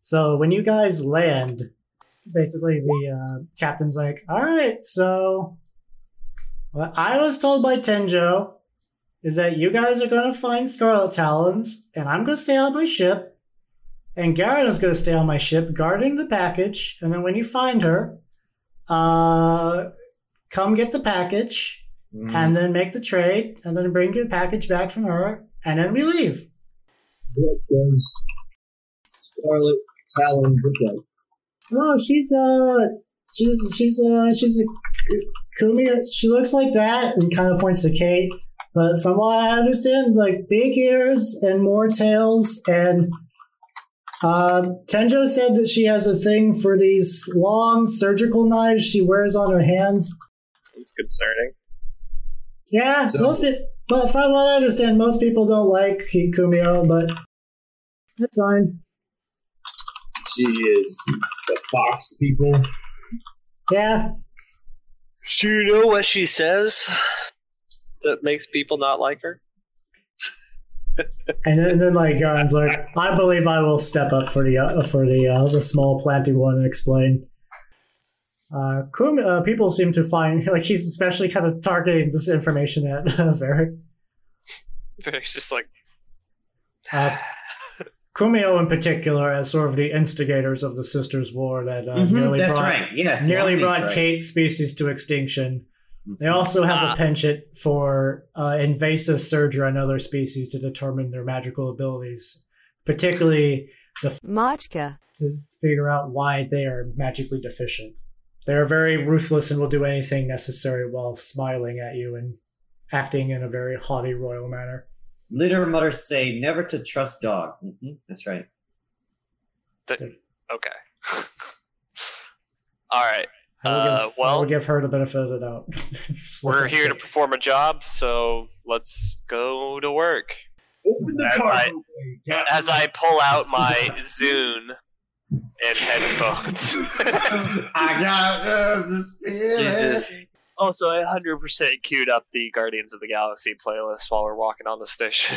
So when you guys land, basically the uh, captain's like, "All right, so what I was told by Tenjo is that you guys are going to find Scarlet Talons, and I'm going to stay on my ship, and Garrett is going to stay on my ship guarding the package, and then when you find her, uh, come get the package." Mm. and then make the trade, and then bring your package back from her, and then we leave. what does Scarlet Talons look like? Oh, she's uh, she's she's uh, she's a Kumi. She looks like that, and kind of points to Kate. But from what I understand, like big ears and more tails, and uh, Tenjo said that she has a thing for these long surgical knives she wears on her hands. It's concerning. Yeah, So- most people. Well, from what I understand, most people don't like Kumio, but that's fine. She is the fox people. Yeah, Do you know what she says that makes people not like her? And then, then like Garon's like, I believe I will step up for the uh, for the uh, the small planty one and explain. Uh, Kum, uh, people seem to find like he's especially kind of targeting this information at uh, Varric. Varric's just like, Uh, Kumio in particular as sort of the instigators of the Sisters' War that uh, Mhm, nearly that's brought right. Yes, nearly Lovely's brought right. Kate's species to extinction. They Mhm. also have Ah. a penchant for uh, invasive surgery on other species to determine their magical abilities, particularly Machka. to figure out why they are magically deficient. They are very ruthless and will do anything necessary while smiling at you and acting in a very haughty royal manner. Litter mutters say never to trust dog. hmm That's right. okay. All right. I will, Uh, give, I well- will give her the benefit of the doubt. Just look We're at here to it. perform a job, so let's go to work. Open the As car. I- As I pull out my Zune and headphones. I got uh, this Jesus. Also, I 100% queued up the Guardians of the Galaxy playlist while we're walking on the station.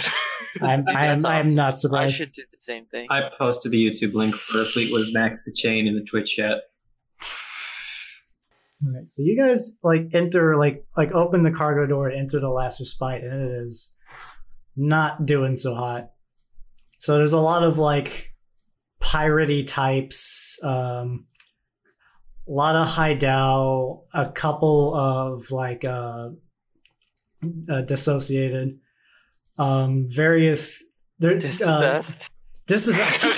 I'm, I'm, That's I'm awesome. not I surprised. should do the same thing. I posted the YouTube link for Fleetwood Max the Chain in the Twitch chat. Alright, so you guys like enter, like like open the cargo door and enter the last respite, and it is not doing so hot. So there's a lot of like piratey types, um, a lot of high dow, a couple of like uh, uh dissociated, um, various. There, uh, Dispossessed. dispossessed.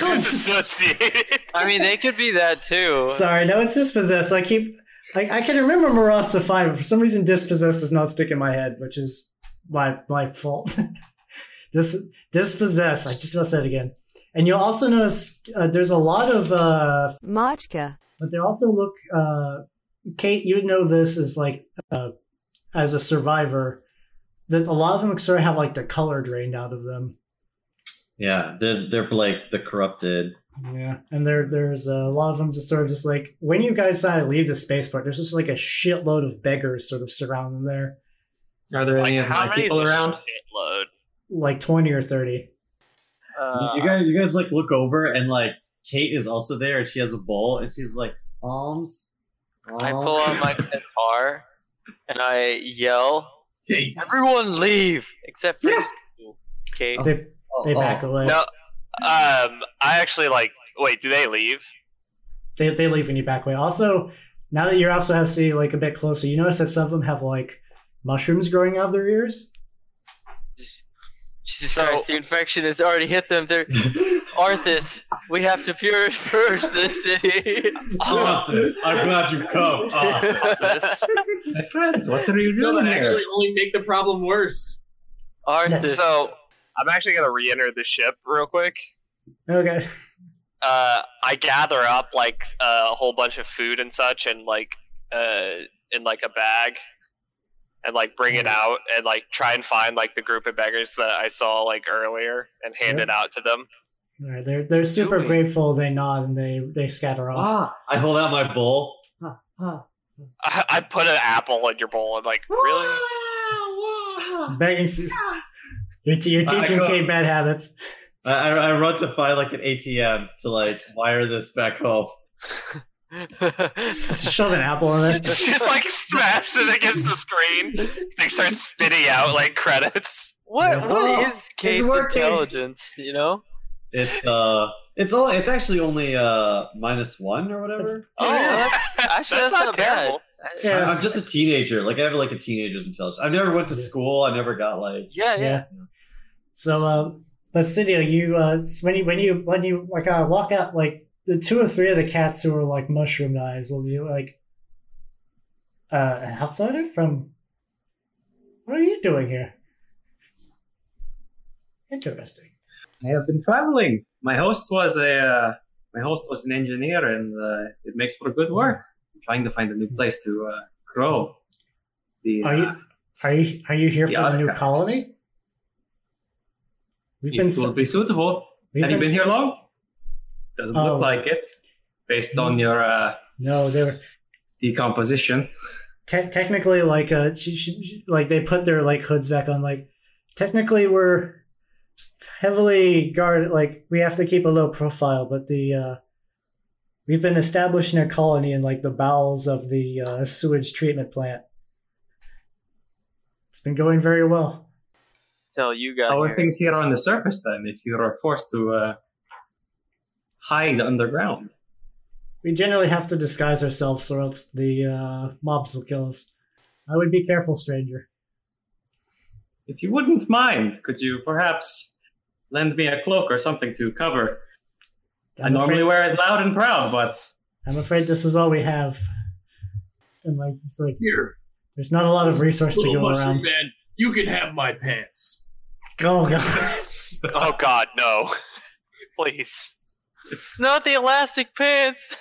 Disassociated. I mean, they could be that too. Sorry, no, it's dispossessed. I keep, like, I can remember Marasa fine, but for some reason, dispossessed does not stick in my head, which is my my fault. Dis dispossessed. I just about said it again. And you'll also notice uh, there's a lot of, uh, Machka. but they also look. Uh, Kate, you know this is like uh, as a survivor that a lot of them sort of have like the color drained out of them. Yeah, they're, they're like the corrupted. Yeah, and there there's a lot of them just sort of just like when you guys decide to leave the spaceport, there's just like a shitload of beggars sort of surrounding there, Are there Like, any of how my many people is a around? shitload? like twenty or thirty. Uh, you guys, you guys like look over and like Kate is also there and she has a bowl and she's like alms. I Oh. pull out my guitar and I yell, Hey, "Everyone leave except for Yeah. you." Kate." They Oh, they back away. Oh, No, um, I actually like. Wait, do they leave? They they leave when you back away. Also, now that you're also have see like a bit closer, you notice that some of them have like mushrooms growing out of their ears. Just- Jesus So- Christ! The infection has already hit them. They're Arthas. We have to pur- purge this city. Arthas, I'm glad you've come. Arthas. My friends, what are you No, doing that there? actually only make the problem worse. Arthas. So I'm actually gonna re-enter the ship real quick. Okay, Uh, I gather up like a whole bunch of food and such, and like uh, in like a bag, and like bring it out and like try and find like the group of beggars that I saw like earlier and hand it out to them. all right, they're they're super Doing. grateful. They nod and they they scatter off. ah, I hold out my bowl. I, I put an apple in your bowl and like really. Begging. se- You're, te- you're Ah, teaching cool. Kate bad habits. I, I I run to find like an ATM to like wire this back home. Shove an apple in it. She's like smashed it against the screen. They start spitting out like credits. What what Oh, is Kate's working. intelligence? You know, It's uh, it's all it's actually only uh minus one or whatever. oh, that's, actually that's, That's not, not bad. terrible. I- I, am just a teenager. Like I have like a teenager's intelligence. I never went to school. I never got like. yeah, yeah. yeah. So, uh, but Sidio, you uh, when you when you when you like uh, walk out, like the two or three of the cats who are like mushroom eyes will be like, uh, an outsider from. What are you doing here? Interesting. I have been traveling. My host was a uh, my host was an engineer, and uh, it makes for good work. I'm trying to find a new place to uh, grow. The, Are you uh, are you are you here the for the new archives. colony? We've been it will be suitable. we've Have you been s- here long? Doesn't Oh. look like it, based on Yes. your uh, No, they were decomposition. te- technically like uh she, she, she- like they put their like hoods back on like technically we're heavily guarded like we have to keep a low profile but the uh we've been establishing a colony in like the bowels of the uh, sewage treatment plant it's been going very well Tell you guys. How are things here on the surface then? If you are forced to uh, hide underground, we generally have to disguise ourselves or else the uh, mobs will kill us i would be careful stranger if you wouldn't mind, could you perhaps lend me a cloak or something to cover? I I'm normally afraid- wear it loud and proud, but I'm afraid this is all we have. And like it's like Here, there's not a lot of resource to little go mushroom around. man, you can have my pants. Oh god. Oh God, no! Please, Not the elastic pants.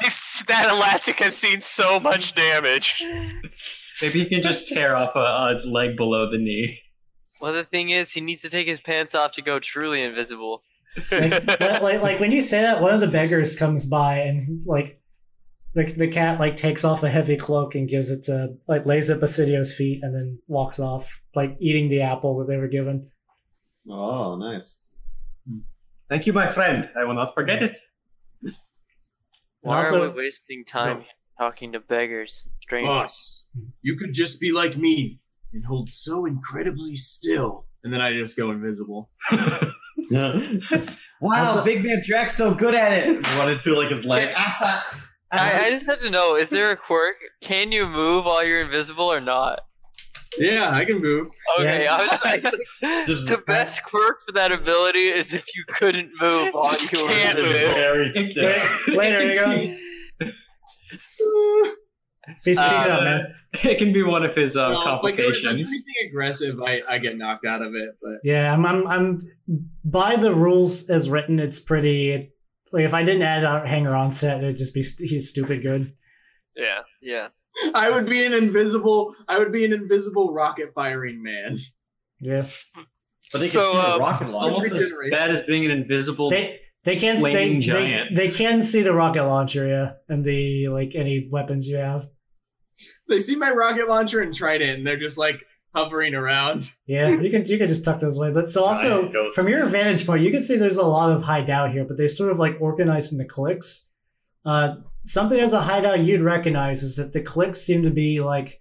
They've s- that elastic has seen so much damage. Maybe you can just tear off a, a leg below the knee. Well, the thing is, he needs to take his pants off to go truly invisible. like, like- like like when you say that, one of the beggars comes by and like the the cat like takes off a heavy cloak and gives it to like lays at Basidio's feet and then walks off, like eating the apple that they were given. Oh, nice. Thank you, my friend. I will not forget it. And Why are also- we wasting time No. talking to beggars? Strange. Boss, you could just be like me and hold so incredibly still. And then I just go invisible. Wow, Also- Big Man Drax so good at it. Run into like his leg. I, I just have to know: is there a quirk? Can you move while you're invisible or not? Yeah, I can move. Okay, Yeah. I was like, Just- the best quirk for that ability is if you couldn't move while Just you were can't invisible. move. very still. Later, you go. Peace, peace Uh, out, man. It can be one of his uh, No, like, if I do complications. anything aggressive, I, I get knocked out of it. But Yeah, I'm, I'm, I'm. By the rules as written, it's pretty. It, like if I didn't add out hanger on set, it'd just be st- he's stupid good. Yeah, Yeah. I would be an invisible. I would be an invisible rocket firing man. Yeah, But they So, can see uh, the rocket launcher. Almost as Regeneration. bad as being an invisible. they they can they, Flaming they- giant. they can see the rocket launcher, yeah, and the like any weapons you have. They see my rocket launcher and Trident, and they're just like hovering around. Yeah, you can you can just tuck those away. But so also Giant ghost. from your vantage point, you can see there's a lot of hideout here, but they're sort of like organized in the clicks. Uh, something as a hideout you'd recognize is that the clicks seem to be like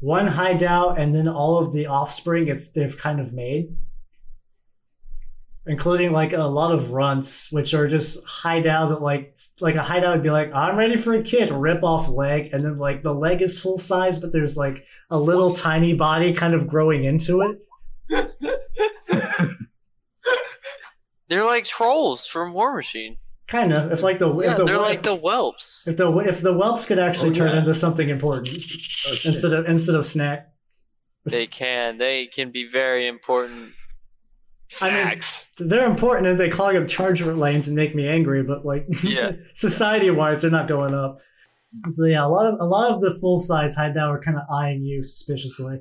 one hideout and then all of the offspring it's they've kind of made. Including like a lot of runts, which are just hideout that like like a hideout would be like, I'm ready for a kid, rip off leg, and then like the leg is full size, but there's like a little tiny body kind of growing into it. They're like trolls from War Machine. Kind of. If like the Yeah, if the they're like the whelps. if the if the whelps could actually Oh, turn yeah. into something important Oh, shit. instead of instead of snack. They can. They can be very important. I mean- snacks. They're important and they clog up charger lanes and make me angry, but like Yeah. society wise, they're not going up. So yeah, a lot of a lot of the full size hideout are kind of eyeing you suspiciously.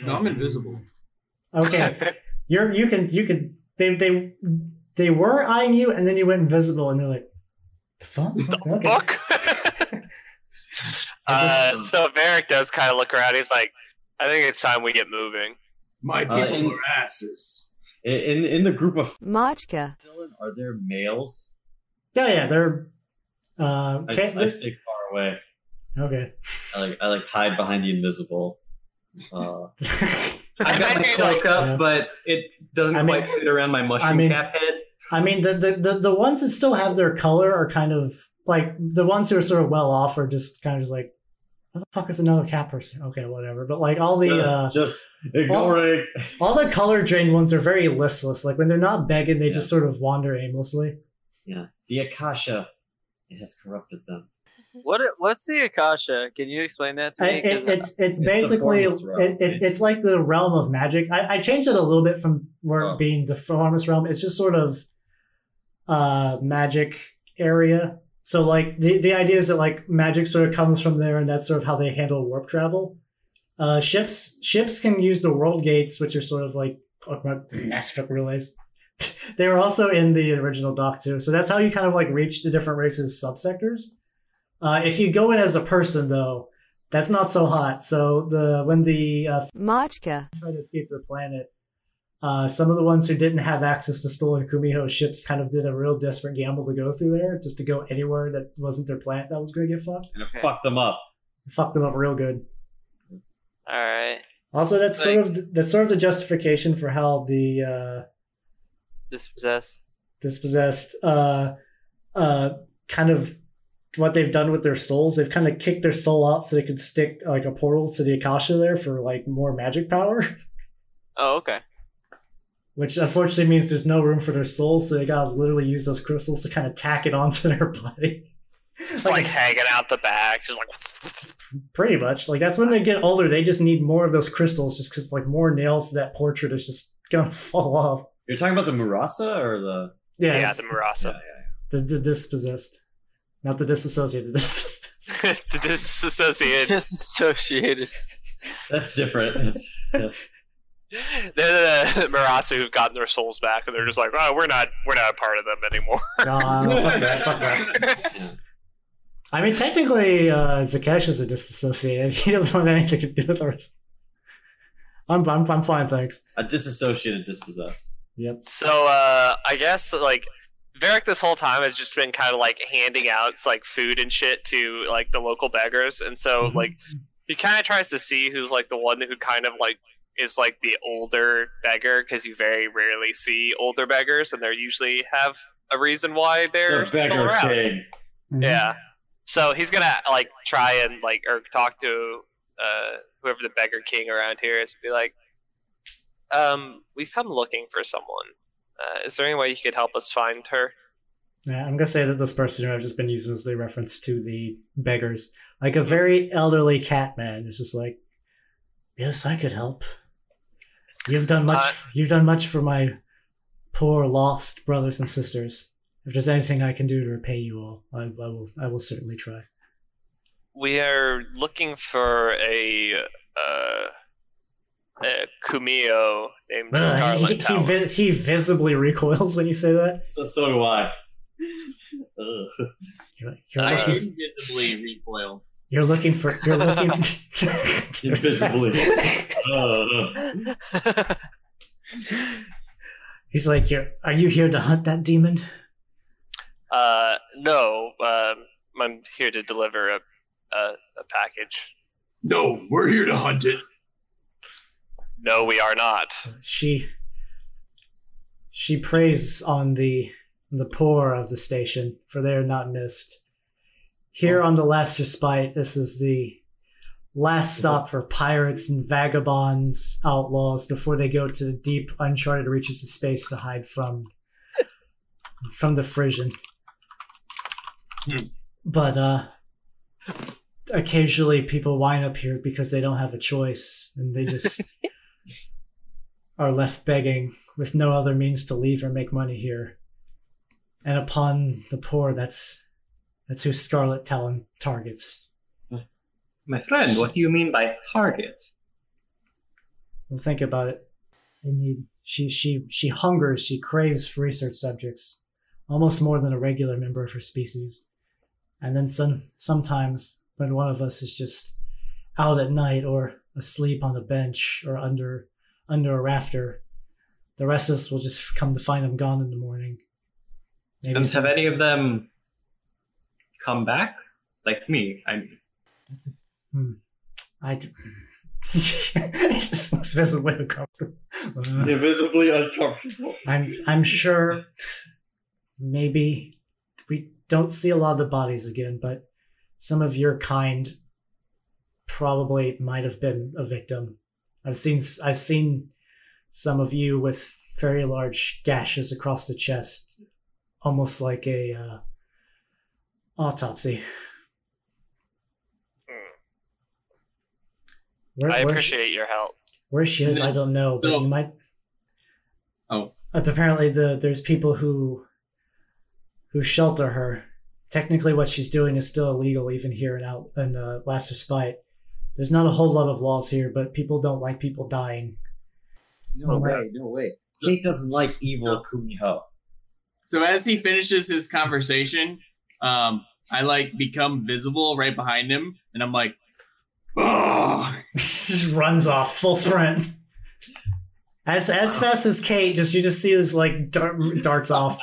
No, I'm invisible. Okay, you're you can you can they they they were eyeing you and then you went invisible and they're like, the fuck? Okay. Book. uh, so Varric does kind of look around. He's like, I think it's time we get moving. My Uh, people and- are asses. In in, in the group of Machka. Dylan, are there males? Yeah, yeah, they're. Uh, I, can't, I stay far away. okay. I like I like hide behind the invisible. Uh, I got my Imagine, cloak like- up, Yeah. but it doesn't I mean- quite fit around my I mushroom mean- cap head. I mean, the, the, the, the ones that still have their color are kind of like the ones who are sort of well off are just kind of just like, what the fuck is another cat person? Okay, whatever. But like all the uh, just ignoring. all the color drained ones are very listless. Like when they're not begging, they Yeah. just sort of wander aimlessly. Yeah, the Akasha. It has corrupted them. What what's the Akasha? Can you explain that to I- me? It, 'Cause it's it's the basically formless realm. it, it, it's like the realm of magic. I, I changed it a little bit from where Oh. it being the formless realm. It's just sort of uh magic area. So like the the idea is that like magic sort of comes from there, and that's sort of how they handle warp travel. Uh, ships ships can use the world gates, which are sort of like Masterfuck relays. they were also in the original doc too, so that's how you kind of like reach the different races subsectors. Uh, if you go in as a person though, that's not so hot. So the when the uh, Machka. try to escape their planet. Uh, some of the ones who didn't have access to stolen Kumiho ships kind of did a real desperate gamble to go through there, just to go anywhere that wasn't their planet that was going to get fucked. And it Okay. fucked them up. Fucked them up real good. All right, Also, that's sort of that's sort of the justification for how the uh, dispossessed. dispossessed uh, uh, kind of what they've done with their souls. They've kind of kicked their soul out so they could stick like a portal to the Akasha there for like more magic power. Oh, okay. which unfortunately means there's no room for their soul, so they gotta literally use those crystals to kind of tack it onto their body. just like hanging out the back, just like Pretty much, like that's when they get older. They just need more of those crystals, just because like more nails to that portrait is just gonna fall off. You're talking about the Murasa or the? Yeah, yeah, it's the the, Murasa. the, dispossessed, not the disassociated. dispossessed. the disassociated. Disassociated. That's different. It's- yeah. They're the Marasu who've gotten their souls back, and they're just like, "Oh, we're not, we're not a part of them anymore." Nah, Oh, fuck that, fuck that. I mean, technically, uh, Zakesh is a disassociated. He doesn't want anything to do with the rest. I'm, I'm, I'm fine, thanks. A disassociated dispossessed. Yep. so, uh, I guess like Varric this whole time has just been kind of like handing out like food and shit to like the local beggars, and so Mhm. like he kind of tries to see who's like the one who kind of like is like the older beggar because you very rarely see older beggars, and they usually have a reason why they're The still beggar around. king. Yeah. So he's gonna like try and like or talk to uh, whoever the beggar king around here is. Be like, um, we've come looking for someone. Uh, is there any way you could help us find her? Yeah, I'm gonna say that this person who I've just been using as a reference to the beggars, like a very elderly cat man, is just like, "Yes, I could help. You've done much. Uh, you've done much for my poor lost brothers and sisters. If there's anything I can do to repay you all, I, I will. I will certainly try." We are looking for a, uh, a Kumio named Ugh, he, Scarlet he, Tower. vi- he visibly recoils when you say that. So so do I. Ugh. You're, you're I looking, invisibly recoil. you're looking for. You're looking. Invisibly. Uh, Ugh. He's like, you're, "Are you here to hunt that demon?" Uh, no, um, I'm here to deliver a a, a package. No, we're here to hunt it. No, we are not. she she preys on the the poor of the station for they are not missed here on the last respite this is the last stop for pirates and vagabonds outlaws before they go to the deep uncharted reaches of space to hide from from the frisian Hmm. but uh occasionally people wind up here because they don't have a choice and they just are left begging with no other means to leave or make money here. And upon the poor, that's that's who Scarlet Talon targets. My friend, what do you mean by target? Well, think about it. They need she she she hungers, she craves for research subjects, almost more than a regular member of her species. And then some sometimes when one of us is just out at night or asleep on a bench or under under a rafter, The rest of us will just come to find them gone in the morning. Maybe And some- have any of them come back? Like me, I mean. I. d- it just looks visibly uncomfortable. Uh, Invisibly uncomfortable. I'm I'm sure. Maybe we don't see a lot of the bodies again, but some of your kind probably might have been a victim. I've seen I've seen some of you with very large gashes across the chest, almost like a uh, autopsy. Hmm. Where- I where- appreciate your help. where she is, I don't know, but So- you might. Oh. Uh, Apparently, the there's people who who shelter her. Technically, what she's doing is still illegal, even here in out in uh, Last Respite. There's not a whole lot of laws here, but people don't like people dying. No Oh, way, no way. Kate doesn't like evil Kuniho. So as he finishes his conversation, um, I like become visible right behind him, and I'm like, oh, just runs off full sprint. As as fast as Kate, just you just see this like dart, darts off.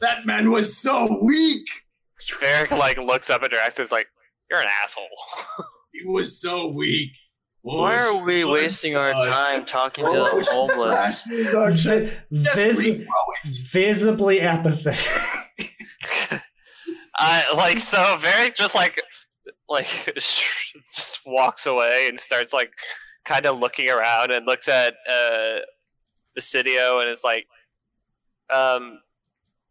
that man was so weak. Varric like looks up at Directives like, "You're an asshole." He was so weak. Why are we Oh, wasting our God. time talking to Oh, the homeless? Lashes are just, just Vis- regrow it. visibly apathetic. I like so Varric just like like just walks away and starts like kind of looking around and looks at uh Basidio and is like, um,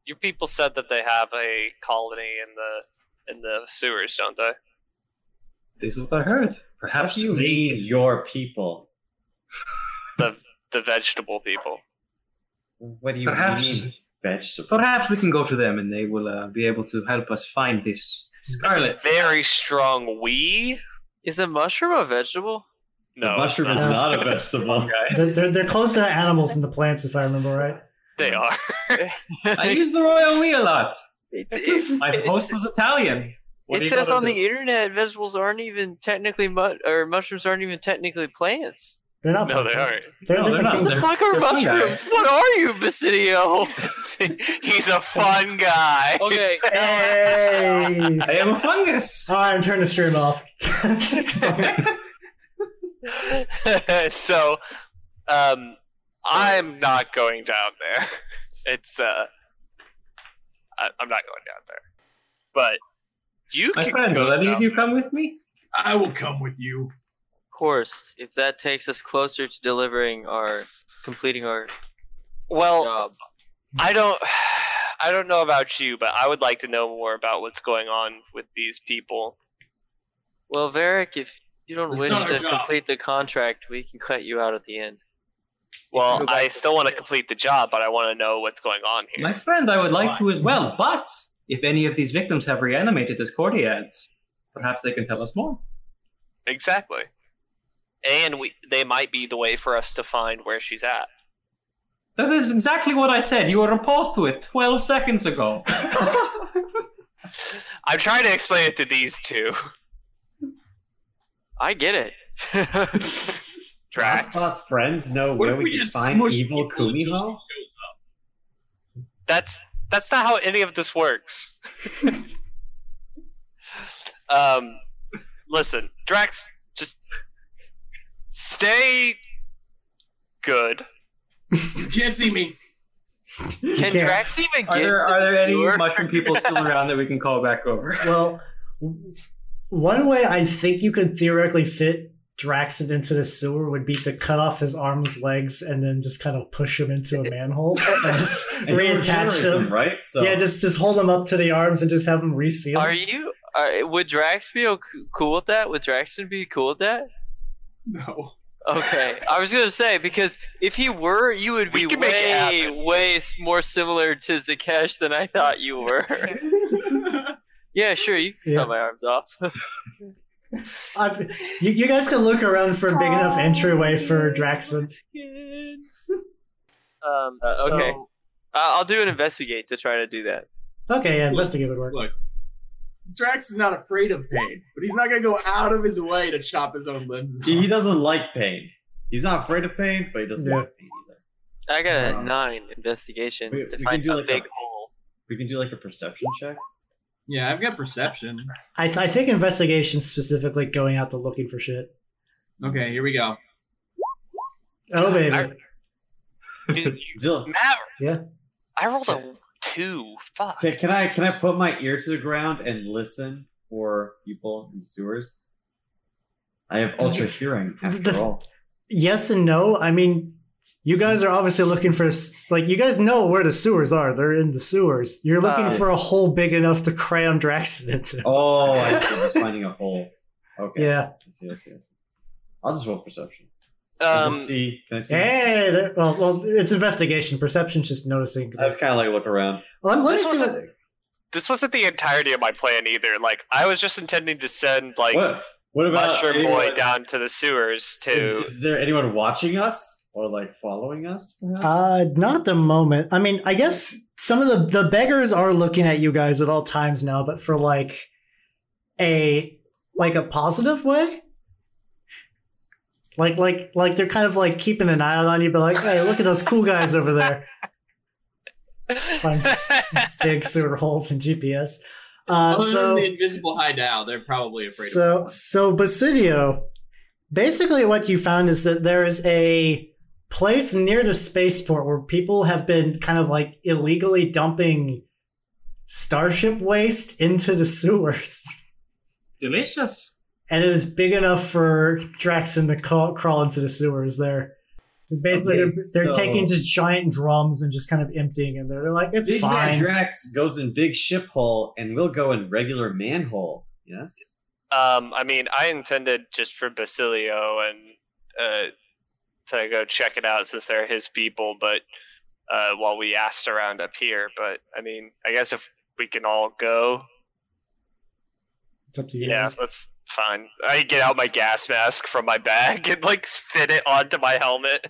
your people said that they have a colony in the in the sewers, don't they? This is what I heard. What Perhaps do you they- mean, your people? The vegetable people. What do you Perhaps- mean, vegetable? Perhaps we can go to them and they will uh, be able to help us find this Scarlet. Very strong we. Is a mushroom a vegetable? No, a it's mushroom is not. not. not a vegetable. they're, they're, they're close to the animals and the plants, if I remember right. they are. I use the royal we a lot. It, it, My it's- host was Italian. What it do you says gotta on do? the internet vegetables aren't even technically mu- or mushrooms aren't even technically plants. They're not. No, they plants, aren't. They're a No, they're different not. kingdom. What the fuck are they're fungi. mushrooms? What are you, Basidio? He's a fun guy. okay. Hey! I am a fungus. All right, I'm turning the stream off. so, um, I'm not going down there. It's uh, I, I'm not going down there. But you My can friends, go will any down of you come with me? I will come with you. Of course, if that takes us closer to delivering our completing our Well, job. I don't, I don't know about you, but I would like to know more about what's going on with these people. Well, Varric, if you don't It's wish not our to job. complete the contract, we can cut you out at the end. Well, go back I to- still want to complete the job, but I want to know what's going on here. My friend, I would like to as well, but if any of these victims have reanimated as Cordiads, perhaps they can tell us more. Exactly. And we, they might be the way for us to find where she's at. That is exactly what I said. You were opposed to it 12 seconds ago. I'm trying to explain it to these two. I get it. Tracks. Us friends know What where if we, we can just find smush evil people until she Kuniho? shows up? That's that's not how any of this works. um, listen, Drax, just stay good. You can't see me. Can Yeah. Drax even Are get? there, are there any Sure. mushroom people still around that we can call back over? well, w- one way I think you could theoretically fit Draxon into the sewer would be to cut off his arms, legs, and then just kind of push him into a manhole and just And you were reattach hearing him. right? So Yeah, just just hold him up to the arms and just have him reseal. Are you? Are, would Drax be o- cool with that? Would Draxton be cool with that? No. Okay, I was gonna say because if he were, you would We be can make it way, happen. way s- more similar to Zakesh than I thought you were. yeah, sure, you can Yeah. cut my arms off. Uh, I- Uh, you, you guys can look around for a big enough entryway for Draxon. Um, uh, okay, So- I I'll do an investigate to try to do that. Okay, yeah, investigate would work. Drax is not afraid of pain, but he's not gonna go out of his way to chop his own limbs off. he he doesn't like pain. He's not afraid of pain, but he doesn't Yeah. like pain either. I got a Um, nine investigation we- to we can find do a like a- big hole. We can do like a perception check. Yeah, I've got perception. I, th- I think investigation specifically going out to looking for shit. Okay, here we go. Oh baby, I- Dude, Dylan, Matt. Yeah. I rolled a two. Fuck. can, can I can I put my ear to the ground and listen for people in the sewers? I have ultra hearing after The- all. yes and no. I mean, you guys are obviously looking for s- like you guys know where the sewers are. They're in the sewers. You're looking Uh, for a hole big enough to cram Draxton into. Oh, I see. I'm finding a hole. Okay. Yeah. I see, I see, I see. I'll just roll perception. I'll just Um, see. Can I see? Hey, there, well, well, it's investigation. Perception's just noticing. I was kind of like look around. Let, let me This see was what- This wasn't the entirety of my plan either. Like I was just intending to send like what? What about Mushroom Boy anyone- down to the sewers to. Is, is there anyone watching us or like following us? perhaps? Uh, not the moment. I mean, I guess some of the the beggars are looking at you guys at all times now, but for like a like a positive way. Like like like they're kind of like keeping an eye out on you, but like, hey, look at those cool guys over there, Fine. big sewer holes and GPS. Uh, Other so than the invisible hideout, they're probably afraid of so so Basidio, basically what you found is that there is a place near the spaceport where people have been kind of like illegally dumping starship waste into the sewers. Delicious. And it is big enough for Draxon to crawl, crawl into the sewers there. Basically, Okay, they're, they're so- taking just giant drums and just kind of emptying, and they're, they're like, "It's Big Man fine." Drax goes in big ship hole, and we'll go in regular manhole. Yes. um, I mean, I intended just for Basilio and uh, to go check it out since they're his people, but uh, while we asked around up here, but I mean, I guess if we can all go, it's up to you. yeah, guys. that's fine. I get out my gas mask from my bag and like fit it onto my helmet.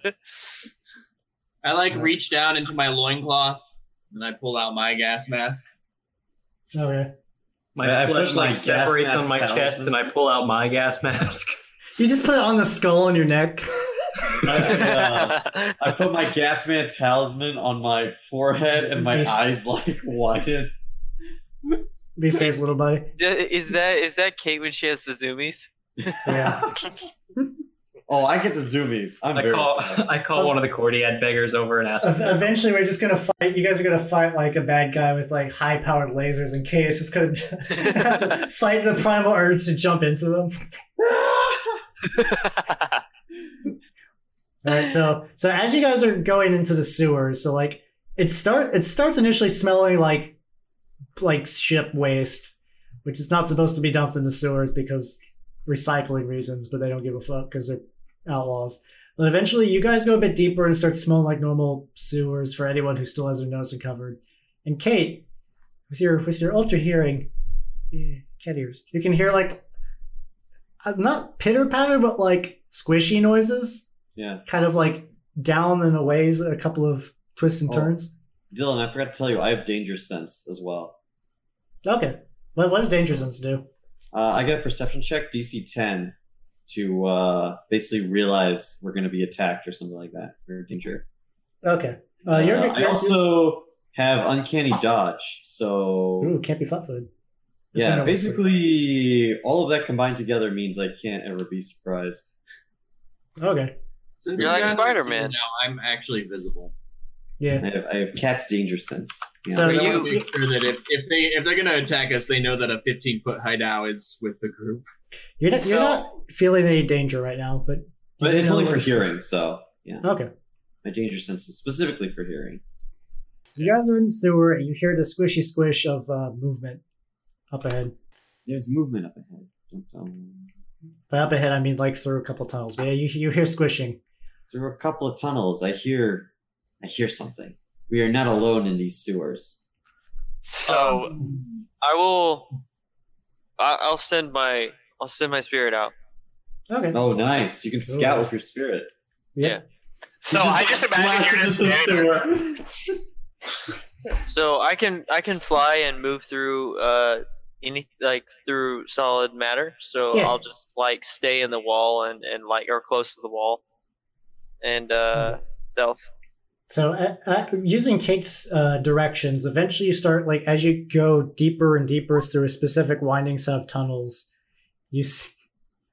I like reach down into my loincloth and I pull out my gas mask. Okay. My I- I put flesh my like gas separates mask on my out. chest, and I pull out my gas mask. You just put it on the skull on your neck. I, uh, I put my gas man talisman on my forehead, and my Yes. eyes like widen. Be safe, little buddy. D- Is that is that Kate when she has the zoomies? Yeah. Oh, I get the zoomies. I'm I very call fast. I call one of the Cordiad beggars over and ask. Ev- him. Eventually, we're just gonna fight. You guys are gonna fight like a bad guy with like high powered lasers, and Kay is just gonna fight the primal urge to jump into them. All right, so so as you guys are going into the sewers, so like it start it starts initially smelling like like ship waste, which is not supposed to be dumped in the sewers because recycling reasons, but they don't give a fuck because they're outlaws. But eventually, you guys go a bit deeper and start smelling like normal sewers for anyone who still has their nose uncovered. And Kate, with your with your ultra hearing, eh, cat ears, you can hear like uh, not pitter patter, but like squishy noises Yeah, kind of like down and away a couple of twists and Oh. turns. Dylan, I forgot to tell you, I have danger sense as well. Okay. What, what does danger sense do? Uh, I get a perception check, DC 10, to uh, basically realize we're going to be attacked or something like that. We're in danger. Okay. Uh, you're, Uh, I you're- also have uncanny dodge, so Ooh, can't be flat footed. yeah. Basically, all of that combined together means I can't ever be surprised. Okay. Since You're I'm like down to the Spider-Man. sewer now I'm actually visible. I Yeah. have, I have cat's danger sense. Yeah. So But I you- want to make sure that if, if they if they're gonna attack us, they know that a 15 foot hideout is with the group. You're not, you're So- not feeling any danger right now, but. you but do it's know only what for it's- hearing, so yeah. Okay. My danger sense is specifically for hearing. You guys are in the sewer and you hear the squishy squish of uh, movement up ahead. There's movement up ahead. Dum, dum. By up ahead, I mean like through a couple tunnels. But yeah, you, you hear squishing. Through a couple of tunnels, I hear, I hear something. We are not alone in these sewers. Oh. Um, so I will. I, I'll send my I'll send my spirit out. Okay. Oh, nice! You can scout with your spirit. Yeah. so I just imagine you're just standing there. standing So I can I can fly and move through uh any like through solid matter. So Yeah. I'll just like stay Mm-hmm. in the wall and and like or close to the wall, and uh stealth. So, uh, uh, using Kate's uh, directions, eventually you start like as you go deeper and deeper through a specific winding set of tunnels. You, see,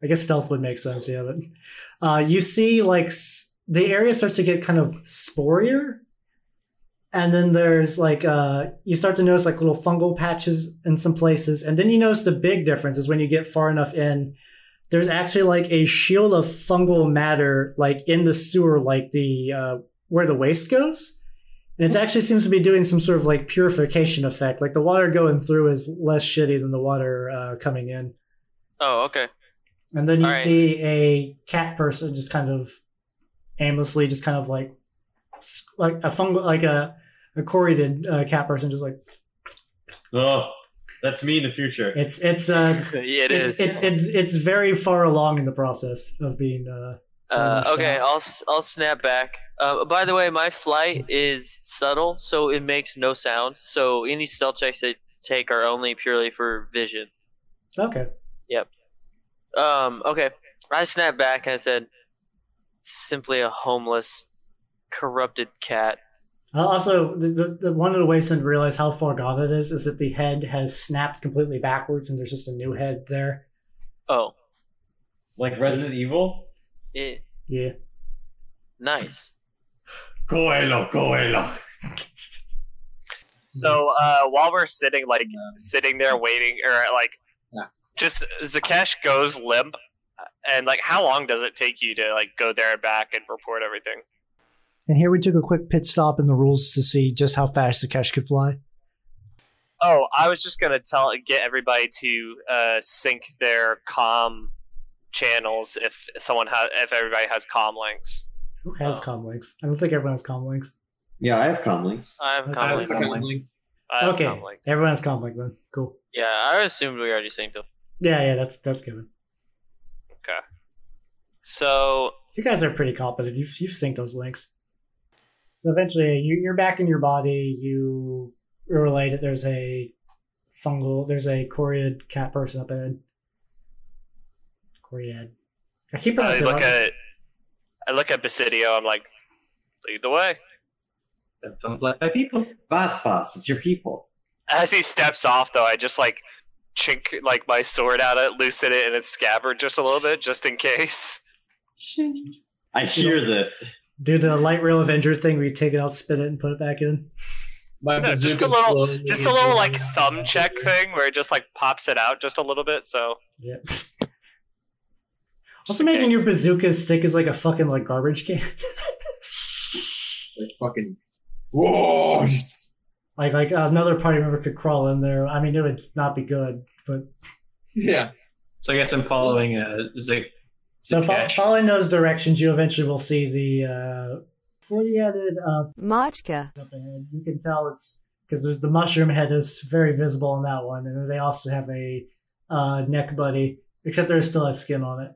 I guess stealth would make sense, yeah. But uh, you see, like s- the area starts to get kind of sporier, and then there's like uh, you start to notice like little fungal patches in some places, and then you notice the big difference is when you get far enough in. There's actually like a shield of fungal matter, like in the sewer, like the uh, where the waste goes. And it actually seems to be doing some sort of like purification effect. Like the water going through is less shitty than the water uh, coming in. Oh, okay. And then you All right. see a cat person just kind of aimlessly, just kind of like like a fungal, like a a corrided uh, cat person, just like Oh, that's me in the future. it's it's uh, it's, Yeah, it it's, is. it's it's it's very far along in the process of being uh, Uh, Finish okay, that. I'll s- I'll snap back. Uh, by the way, my flight is subtle, so it makes no sound. So any stealth checks I take are only purely for vision. okay. Um, okay, I snapped back and I said, "Simply a homeless, corrupted cat." Uh, also, the, the, the one of the ways to realize how far gone it is is that the head has snapped completely backwards, and there's just a new head there. Oh, like Resident Evil. it, Yeah. nice. Coelho, Coelho. So uh, while we're sitting, like sitting there waiting, or like, Yeah. just Zakesh goes limp, and like, how long does it take you to like go there and back and report everything? And here we took a quick pit stop in the rules to see just how fast Sakesh could fly. Oh, I was just gonna tell get everybody to uh, sync their com channels if someone has if everybody has com links. Who has Oh. com links? I don't think everyone has com links. Yeah, I have comlinks. I have Okay. comlink. I have okay, comm link. everyone has com link then. Cool. Yeah, I assumed we already synced up. Yeah, yeah, that's that's given. So You guys are pretty competent. You've you've synced those links. So eventually, you, you're back in your body. You relate that there's a fungal, there's a coriad cat person up ahead. Coriad. I keep I pronouncing it look wrong. at I look at Basidio. I'm like, lead the way. That sounds like my people. Boss, boss, it's your people. As he steps off, though, I just like chink like my sword out of it, loosen it in its scabbard just a little bit, just in case. I hear this. Do the light rail Avenger thing where you take it out, spin it, and put it back in. My No, just a bazooka little- slowly Just a gets little in like my- thumb check thing where it just like pops it out just a little bit. So Yeah. Also, imagine your bazooka as thick as like a fucking like garbage can, Like fucking Whoa! Just, like like another party member could crawl in there. I mean, it would not be good, but yeah. So I guess I'm following uh, Zig. so fo- Zikesh. following those directions, you eventually will see the uh, forty-headed uh, Machka. up ahead. You can tell it's because there's the mushroom head is very visible on that one, and then they also have a uh, neck buddy, except there still has skin on it.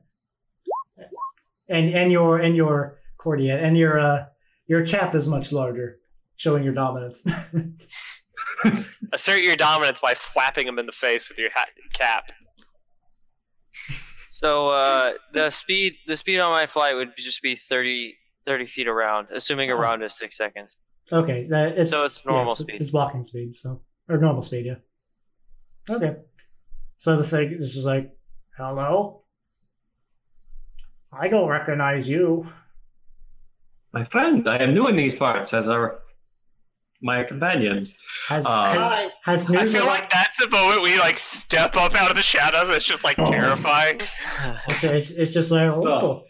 And and your and your cordiet and your uh, your cap is much larger, showing your dominance. assert your dominance by flapping him in the face with your hat cap. So uh, the speed the speed on my flight would just be 30, 30 feet around, assuming a Oh. round is six seconds. okay, that, it's So it's normal yeah, speed. It's walking speed, so or normal speed, yeah. Okay, so the thing this is like, hello. I don't recognize you. my friend, I am new in these parts, as are my companions. Has Uh, has, has news I feel about- like that's the moment we like step up out of the shadows. and It's just like terrifying. It's, it's, it's just like, So- oh,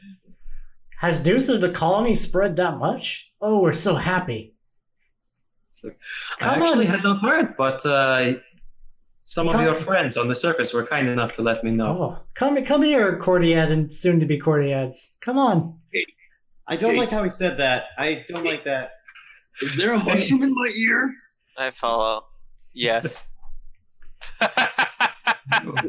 has news of the colony spread that much? Oh, we're so happy. Come I actually on. had not heard, but uh, some of Come- your friends on the surface were kind enough to let me know. Oh, come come here, Cordiad and soon to be Cordiads. Come on. I don't like how he said that. I don't like that. Is there a mushroom in my ear? I follow. Yes.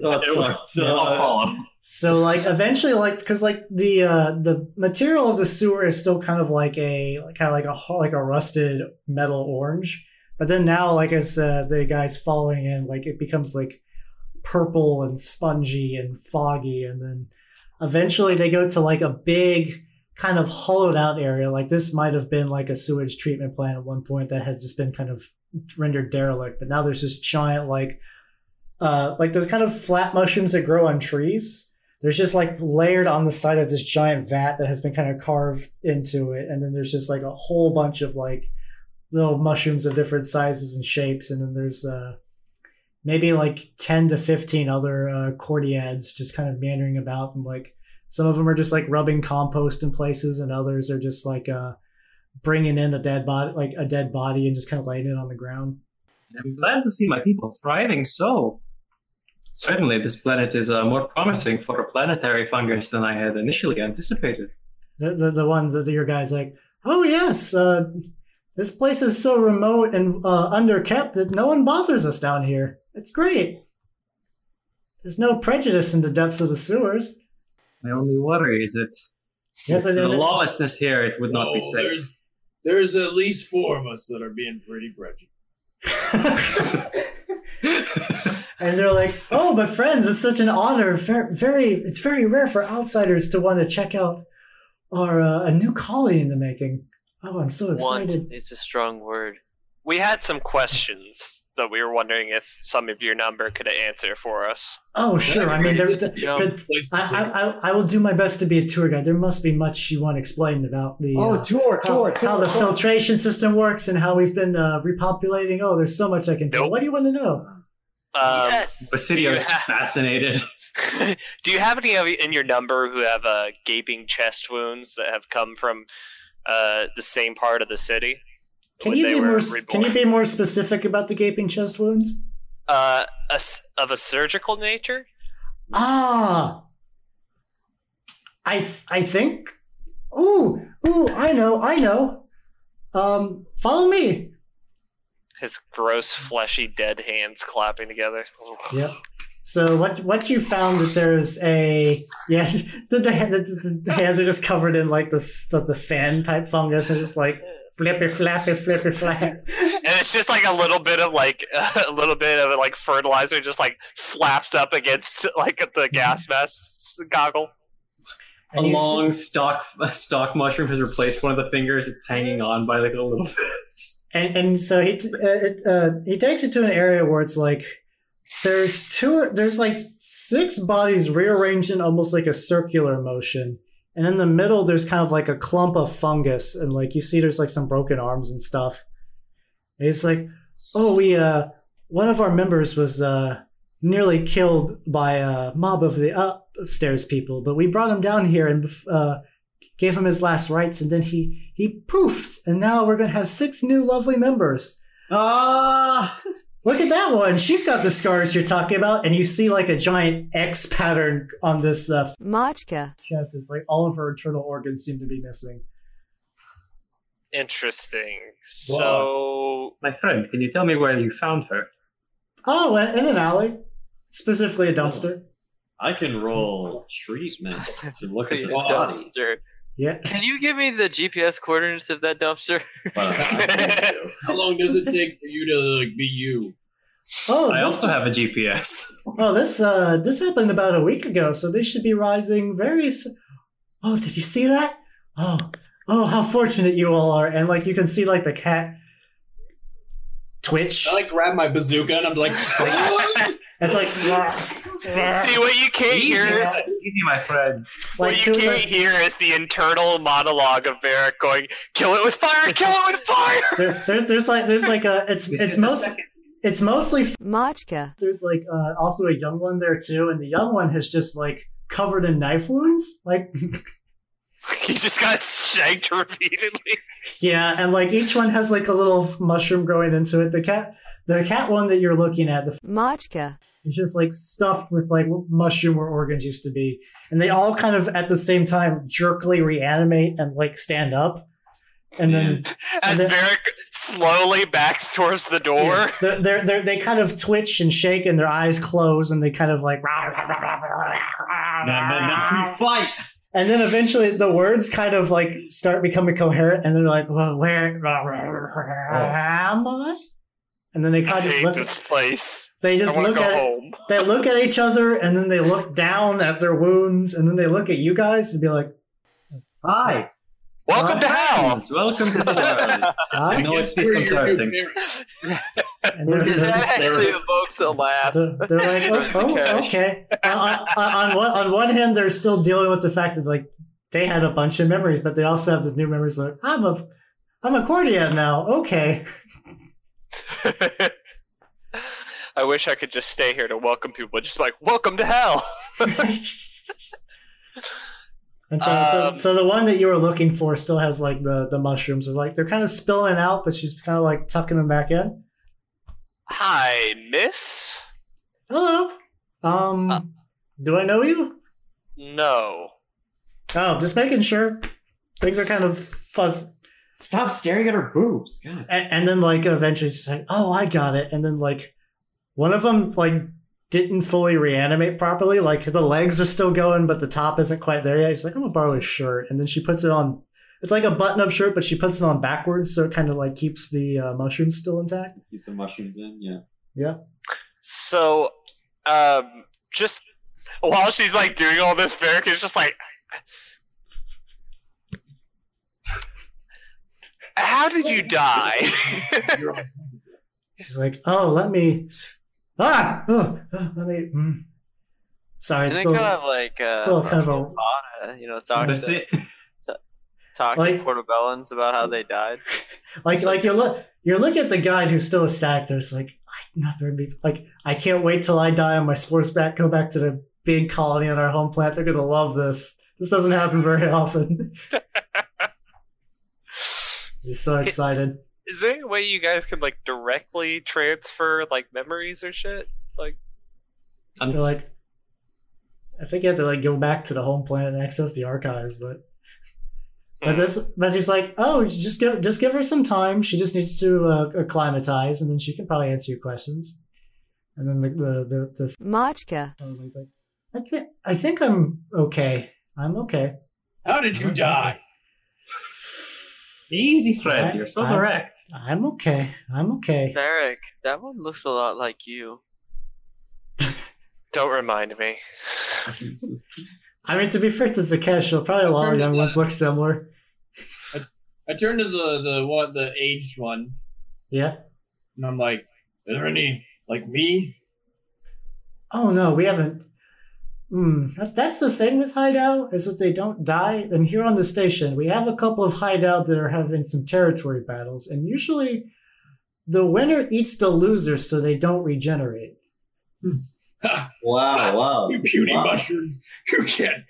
So, so, so, I'll follow. So like eventually like because like the uh the material of the sewer is still kind of like a kind of like a ho- like a rusted metal orange, but then now like as uh, the guy's falling in like it becomes like purple and spongy and foggy, and then eventually they go to like a big kind of hollowed out area. Like this might have been like a sewage treatment plant at one point that has just been kind of rendered derelict, but now there's this giant like uh like those kind of flat mushrooms that grow on trees. There's just like layered on the side of this giant vat that has been kind of carved into it, and then there's just like a whole bunch of like little mushrooms of different sizes and shapes, and then there's uh maybe like 10 to 15 other uh, cordiads just kind of meandering about and like some of them are just like rubbing compost in places and others are just like uh bringing in a dead body like a dead body and just kind of laying it on the ground I'm glad to see my people thriving so. Certainly, this planet is uh, more promising for a planetary fungus than I had initially anticipated. the the, the one that your guy's like oh yes uh this place is so remote and uh underkept that no one bothers us down here it's great there's no prejudice in the depths of the sewers My only worry is that yes I the did it. lawlessness here it would not be Oh, safe. There's, there's at least four of us that are being pretty grudgy. and they're like, "Oh, but friends, it's such an honor. Ver- Very, it's very rare for outsiders to want to check out our uh, a new colony in the making. Oh, I'm so Want excited. is a strong word. We had some questions that we were wondering if some of your number could answer for us. Oh, sure. I mean, there's. That'd be Jump. a good place to I, I, take it. I- I will do my best to be a tour guide. There must be much you want explained about the Oh, uh, tour, how, tour, tour. how the tour. filtration system works and how we've been uh, repopulating. Oh, there's so much I can do. Nope. What do you want to know? Um, yes. Basidio is Yeah. fascinated. Do you have any of in your number who have uh, gaping chest wounds that have come from uh, the same part of the city? Can when you they be were more? s- Can you reborn? be more specific about the gaping chest wounds? Uh, a s of a surgical nature? Ah, I th- I think. Ooh, ooh, I know, I know. Um, follow me. His gross, Mm-hmm. fleshy, dead hands clapping together. Yep. So what what you found that there's a yeah the the, the, the hands are just covered in like the the, the fan type fungus and just like flippy flappy flippy flap. And it's just like a little bit of like a little bit of like fertilizer just like slaps up against like the Mm-hmm. gas mask goggle. A And you see- long stalk, a stalk mushroom has replaced one of the fingers. It's hanging on by like a little bit. Just- and and so he t- uh, it, uh, he takes you to an area where it's like there's two there's like six bodies rearranged in almost like a circular motion and in the middle there's kind of like a clump of fungus and like you see there's like some broken arms and stuff and it's like oh we uh one of our members was uh nearly killed by a mob of the upstairs people but we brought him down here and uh gave him his last rites, and then he he poofed, and now we're gonna have six new lovely members. Ah, Look at that one; she's got the scars you're talking about, and you see like a giant X pattern on this uh, Machka. chest. It's like all of her internal organs seem to be missing. Interesting. So My friend, can you tell me where you found her? Oh, uh, in an alley, specifically a dumpster. I can roll treatment to look at Please, this Wow. body. dumpster. Yeah, Can you give me the GPS coordinates of that dumpster? But I can't do. How long does it take for you to like be you? Oh, I this, also have a GPS. oh, this uh, this happened about a week ago, so they should be rising very. s oh, did you see that? Oh, oh, how fortunate you all are! And like you can see, like the cat twitch. I like grab my bazooka and I'm like, It's like See what you can't hear Easy, is easy, my friend. like what two you of can't the, hear is the internal monologue of Varric going, "Kill it with fire! Kill it with fire!" there, there's there's like there's like a it's This it's is the most it's mostly Machka. there's like uh, also a young one there too, and the young one has just like covered in knife wounds, like he just got shanked repeatedly. yeah, and like each one has like a little mushroom growing into it. The cat the cat one that you're looking at the Machka. It's just like stuffed with like mushroom where organs used to be. And they all kind of at the same time jerkily reanimate and like stand up. And then As And then- Varric slowly backs towards the door, Yeah. They're, they're, they're, they kind of twitch and shake and their eyes close and they kind of like. "Rah, rah, rah, rah, rah, rah, rah, No, no, rah." no, fight. And then eventually the words kind of like start becoming coherent and they're like, well, where rah, rah, rah, rah, am I? And then they I kind of just hate look. this place. They I just want to look go at home. they look at each other and then they look down at their wounds and then they look at you guys and be like, Hi. Welcome to hell. Friends, Welcome to the world. I Huh? know it's Guess we're your new disconcerting. parents. And they're, That they're, actually There it is. evokes a laugh. they're- they're like, oh, That's the oh, catch. okay. on, on, on one, on one hand, they're still dealing with the fact that like they had a bunch of memories, but they also have the new memories. Like, I'm a, I'm a Cordia now. Okay. I wish I could just stay here to welcome people, just like welcome to hell. And so, so, Um, so the one that you were looking for still has like the the mushrooms are like they're kind of spilling out, but she's kind of like tucking them back in. Hi, Miss. Hello. Um, Uh. do I know you? No. Oh, just making sure. Things are kind of fuzz. Stop staring at her boobs. God. And, and then like eventually she's like, "Oh, I got it." And then like one of them like didn't fully reanimate properly. Like the legs are still going, but the top isn't quite there yet. She's like, "I'm gonna borrow his shirt," and then she puts it on. It's like a button-up shirt, but she puts it on backwards, so it kind of like keeps the uh, mushrooms still intact. Get some mushrooms in. Yeah. So, um, just while she's like doing all this, Varric is just like, "How did you die?" She's like, "Oh, let me." Ah, oh, oh, let me. mm." Sorry, it's Isn't it still, kind of like uh, still kind of a- Prada, you know, But talking to, see- talking Like- to Portobellans about how they died? like like you look you look at the guy who's still ecstatic. There's like I'm not very big. Like I can't wait till I die on my sports back. Go back to the big colony on our home planet. They're gonna love this. This doesn't happen very often. He's so excited. Is there any way you guys can like directly transfer like memories or shit? I'm- They're like, I think you have to like go back to the home planet and access the archives, but. But this, but he's like, oh, just give, just give her some time. She just needs to uh, acclimatize, and then she can probably answer your questions. And then the the the, the Machka. I was like, I think I think I'm okay. I'm okay. How did you die? Easy, Fred. You're so I- I- direct. I'm okay. I'm okay. Varric, that one looks a lot like you. Don't remind me. I mean, to be fair to Zakesh, well, probably a lot of young ones look similar. I turned to the the one the aged one Yeah. and I'm like, are there any like me? Oh no, we haven't. Mm, that, that's the thing with hideout is that they don't die. And here on the station, we have a couple of hideout that are having some territory battles, and usually, the winner eats the loser, so they don't regenerate. Ha, Wow. Wow. you puny wow. mushrooms! You can't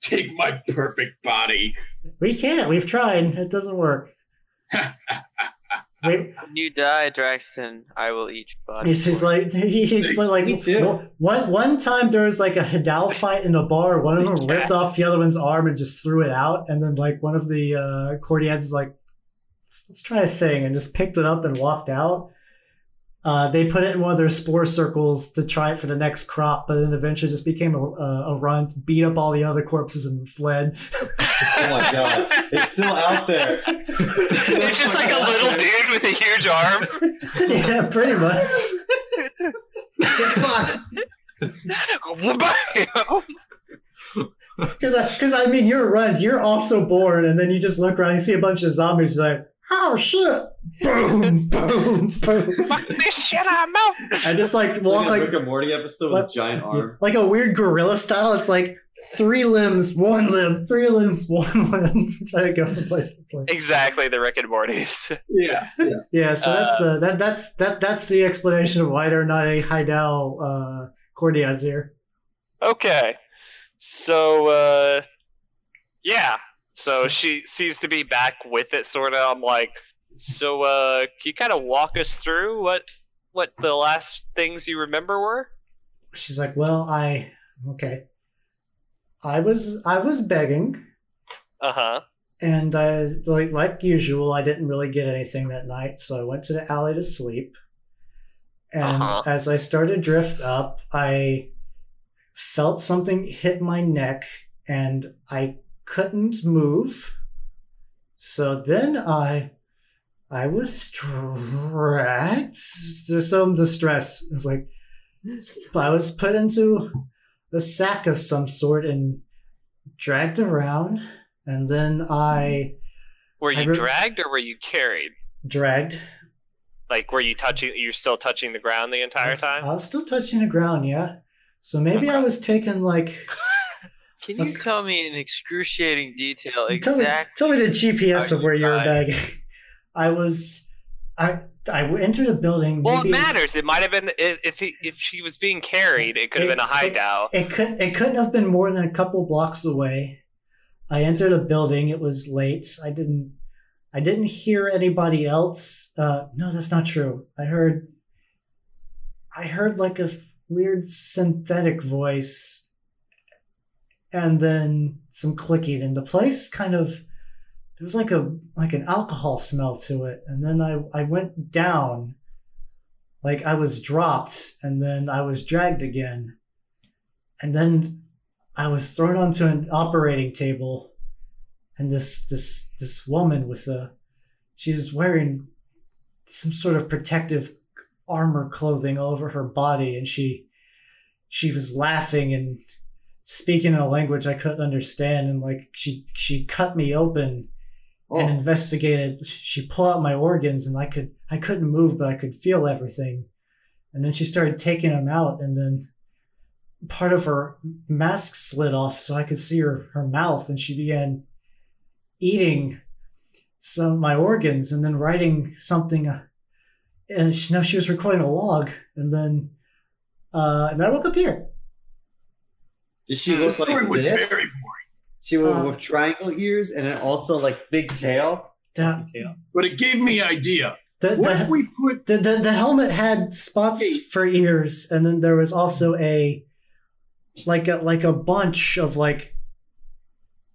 take my perfect body. We can't. We've tried. It doesn't work. we, When you die, Draxton, I will eat your body. He's, he's like he, he explained like Me too. one- one one time there was like a Hidal fight in a bar. One of them Yeah. ripped off the other one's arm and just threw it out, and then like one of the uh, Cordiads is like, let's, let's try a thing, and just picked it up and walked out. Uh, they put it in one of their spore circles to try it for the next crop, but then eventually just became a, a, a runt, beat up all the other corpses, and fled. Oh my god. It's still out there. It's just like a little dude with a huge arm. yeah, pretty much. Wha- Because I, 'cause I mean, you're a runt, you're also bored, and then you just look around, you see a bunch of zombies, you're like, oh shit! Boom, boom, boom. Fuck this shit, I'm out. I just like It's walk like a like Rick and Morty episode What? with a giant arm. like a weird gorilla style. It's like three limbs, one limb, three limbs, one limb. Try to go from place to place. Exactly, the Rick and Morty's. Yeah. Yeah, so that's uh, that that's that that's the explanation of why they're not a Hydal uh, Cordiads here. Okay. So uh yeah. So she seems to be back with it sorta. I'm like, so uh can you kinda walk us through what what the last things you remember were? She's like, well, I okay. I was I was begging. Uh-huh. And uh, like like usual, I didn't really get anything that night, so I went to the alley to sleep. And Uh-huh. as I started to drift up, I felt something hit my neck, and I couldn't move. So then I, I was dragged. There's some distress. It's like I was put into a sack of some sort and dragged around and then I Were I you re- dragged or were you carried? dragged. Like, were you touching? You're still touching the ground the I entire was, time. I was still touching the ground, yeah. So maybe I was taking like Can you tell me in excruciating detail tell me, exact? tell me the GPS how of where you you were died. bagging. I was I I entered a building. Well, it maybe- matters. It might have been i- if he, if she was being carried, it could have It- been a hideout. It could it couldn't have been more than a couple blocks away. I entered a building. It was late. I didn't I didn't hear anybody else. Uh, no, that's not true. I heard I heard like a f- weird synthetic voice, and then some clicking. And the place kind of there was like a like an alcohol smell to it. And then I I went down. Like I was dropped and then I was dragged again and then I was thrown onto an operating table, and this this this woman with a she was wearing some sort of protective armor clothing all over her body, and she she was laughing and speaking in a language I couldn't understand, and like she she cut me open and Oh, investigated. She pulled out my organs, and I could I couldn't move, but I could feel everything. And then she started taking them out, and then part of her mask slid off, so I could see her her mouth, and she began eating some of my organs, and then writing something. uh, And she, now she was recording a log, and then uh, and I woke up here. does she The look story like was this? very She was Uh, with triangle ears and then also like big tail. The but it gave me idea. the, What the, if we put the, the, the helmet had spots Hey. for ears and then there was also a like a like a bunch of like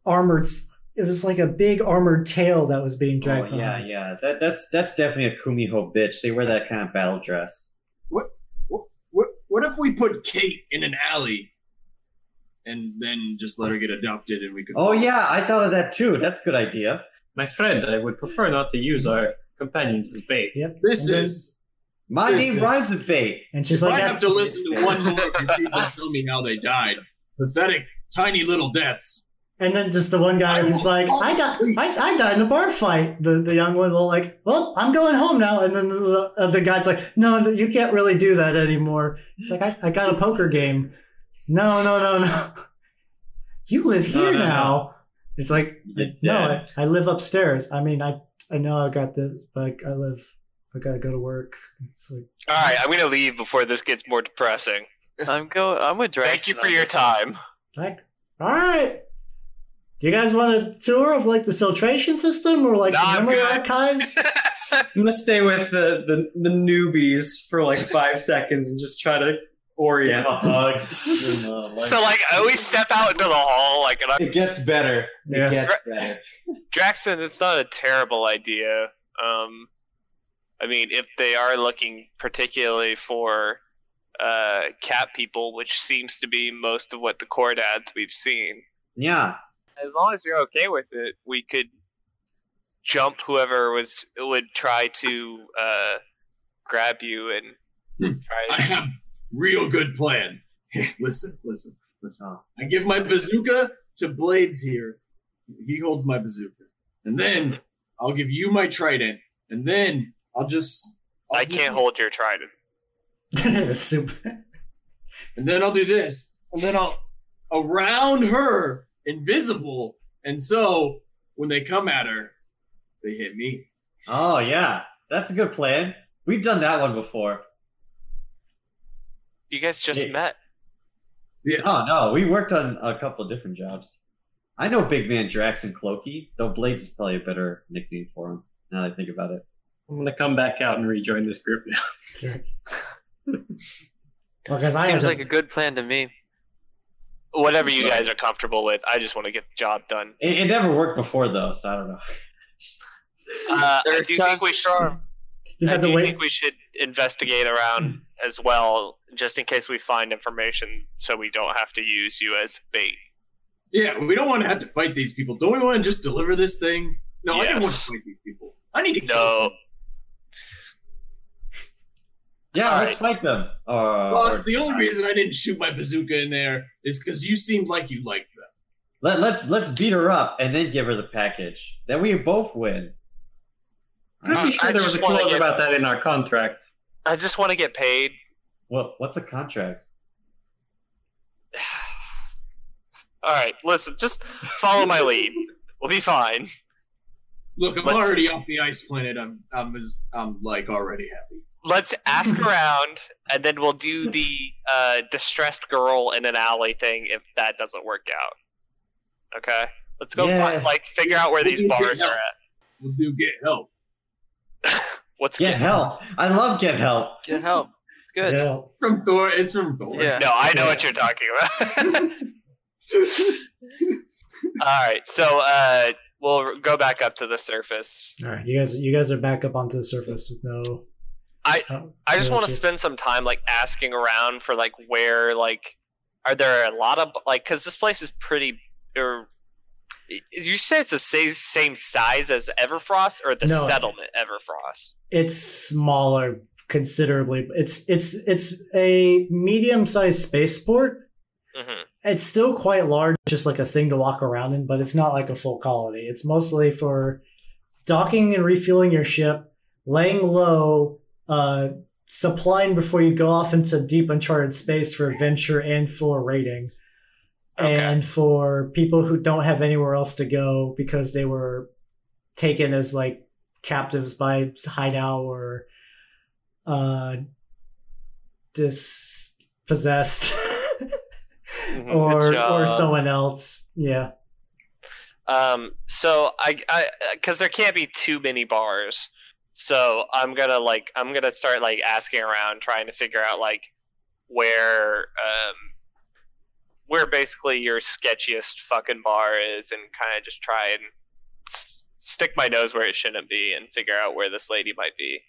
armored it was like a big armored tail that was being Oh, dragged yeah, behind. yeah. That that's that's definitely a kumiho bitch. They wear that kind of battle dress. what, what if we put Kate in an alley and then just let her get adopted and we could Oh yeah, I thought of that too. That's a good idea. My friend, I would prefer not to use our companions as bait. Yep. This And then- is My Yes, name yeah. rhymes with fate. and she's if like I "That's- have to listen to one more and people tell me how they died. Pathetic tiny little deaths. and then just the one guy I who's will like, I died, always- I, I died in a bar fight. The the young one will like, well, I'm going home now. And then the, the, the guy's like, no, no, you can't really do that anymore. It's like, I, I got a poker game. No, no, no, no. You live No, here no, no. now. It's like, You're no, I, dead. I live upstairs. I mean, I I know I got this, but I live. I gotta go to work. It's like, All right, I'm gonna leave before this gets more depressing. I'm going. I'm with Drax. Thank you for your time. like, all right. Do you guys want a tour of like the filtration system or like No, the I'm memory good. archives? I'm gonna stay with the, the, the newbies for like five seconds and just try to orient. a hug. And, uh, like- so like, I always step out into the hall like, and I'm, it gets better. Yeah. It gets better. Jackson, it's not a terrible idea. Um, I mean, if they are looking particularly for uh, cat people, which seems to be most of what the core dads we've seen. Yeah. as long as you're okay with it, we could jump whoever was would try to uh, grab you and try. I have real good plan. listen, listen, listen. I give my bazooka to Blades here. He holds my bazooka. And then I'll give you my trident. And then I'll just I'll I do- can't hold your trident. Super. And then I'll do this. And then I'll around her invisible. And so when they come at her, they hit me. Oh yeah. That's a good plan. We've done that one before. You guys just Yeah. met. Oh no, we worked on a couple different jobs. I know Big Man Drax and Clokey, though Blades is probably a better nickname for him. Now that I think about it. I'm gonna come back out and rejoin this group now. Because I Seems had like a a, good plan to me. Whatever you guys are comfortable with, I just want to get the job done. it. It never worked before though, so I don't know. Uh, I Third do think time's we the should. charm. you I had to do wait. think we should investigate around as well, just in case we find information, so we don't have to use you as bait. Yeah, we don't want to have to fight these people. Don't we want to just deliver this thing? No, I didn't want to Yes. fight these people. I need to kill No. some. Yeah, All let's fight them. Uh, Boss, or- the only reason I didn't shoot my bazooka in there is because you seemed like you liked them. Let, let's let's beat her up and then give her the package. Then we both win. Pretty I- sure I there was a just wanna clause get- about that in our contract. I just want to get paid. What what's a contract? All right, listen, just follow my lead. We'll be fine. Look, I'm Let's- already off the ice planet. I'm I'm as, I'm like already happy. Let's ask around, and then we'll do the uh, distressed girl in an alley thing if that doesn't work out. Okay, let's go Yeah. find like figure out where these We'll do bars that. are at. We'll do get help. What's Get good? help. I love get help. Get help. It's good. Yeah. From Thor, it's from Thor. Yeah. No, I know what you're talking about. All right, so uh, we'll go back up to the surface. All right, you guys, you guys are back up onto the surface with no. I- Oh, I just yeah, want to shit. spend some time like asking around for like where like are there a lot of like because this place is pretty or you say it's the same, same size as Everfrost or the No. settlement Everfrost? It's smaller, considerably. It's it's it's a medium-sized spaceport. hmm It's still quite large, just like a thing to walk around in, but it's not like a full colony. It's mostly for docking and refueling your ship, laying low, uh, supplying before you go off into deep uncharted space for adventure and for raiding. Okay. and for people who don't have anywhere else to go because they were taken as like captives by hideout or uh dispossessed Mhm, or good or job. someone else yeah Um, so I, I, because there can't be too many bars, so I'm gonna like I'm gonna start like asking around, trying to figure out like where um where basically your sketchiest fucking bar is, and kind of just try and s- stick my nose where it shouldn't be, and figure out where this lady might be.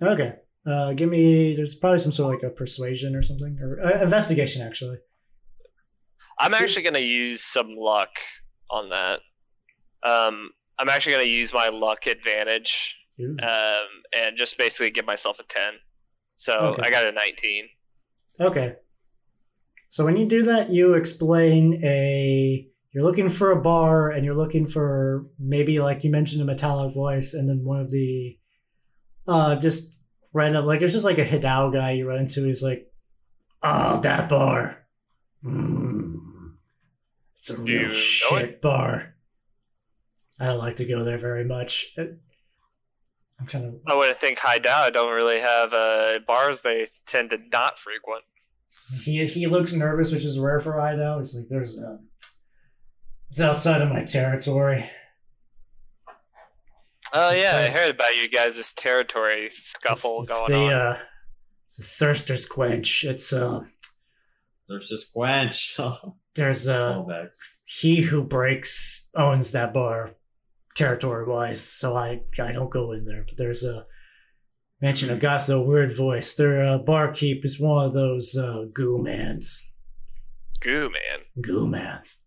okay uh give me there's probably some sort of like a persuasion or something or uh, investigation actually I'm actually gonna use some luck on that. Um, I'm actually gonna use my luck advantage Ooh. um, and just basically give myself a 10. So Okay. I got a 19. Okay. So when you do that, you explain a you're looking for a bar and you're looking for maybe like you mentioned a metallic voice and then one of the uh just random like there's just like a Hidao guy you run into he's like Oh that bar. Mm. It's a you real know shit bar. I don't like to go there very much. Uh, I'm trying to I would think High Dow don't really have uh, bars they tend to not frequent. He he looks nervous, which is rare for Idaho. He's like, "There's a, it's outside of my territory." Oh, This is yeah, I nice. heard about you guys' territory scuffle it's, it's going the, on. Uh, it's the thirster's quench. It's uh, There's just quench. Oh, there's uh, callbacks. he who breaks owns that bar, territory wise. So I I don't go in there. But there's a mention of got the weird voice. Their uh, barkeep is one of those uh, goo mans. Goo, man. Goo mans.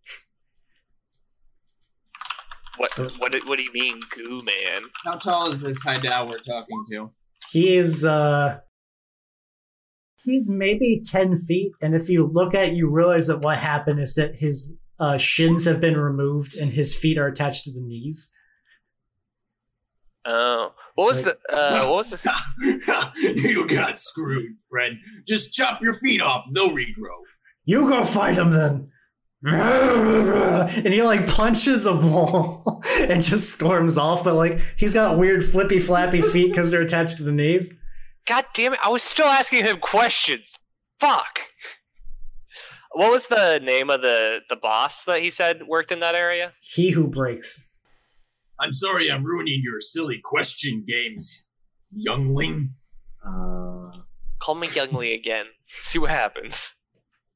What, what, do- what do you mean, goo, man? How tall is this high dow we're talking to? He is uh he's maybe ten feet, and if you look at it, you realize that what happened is that his uh, shins have been removed and his feet are attached to the knees. Oh. What was It's the. Uh, what was the. you got screwed, friend. Just chop your feet off; they'll regrow. You go fight him then. And he like punches a wall and just storms off, but like he's got weird flippy flappy feet because they're attached to the knees. God damn it, I was still asking him questions. Fuck. What was the name of the, the boss that he said worked in that area? He who breaks. I'm sorry, I'm ruining your silly question games, youngling. Uh, Call me Youngly again. See what happens.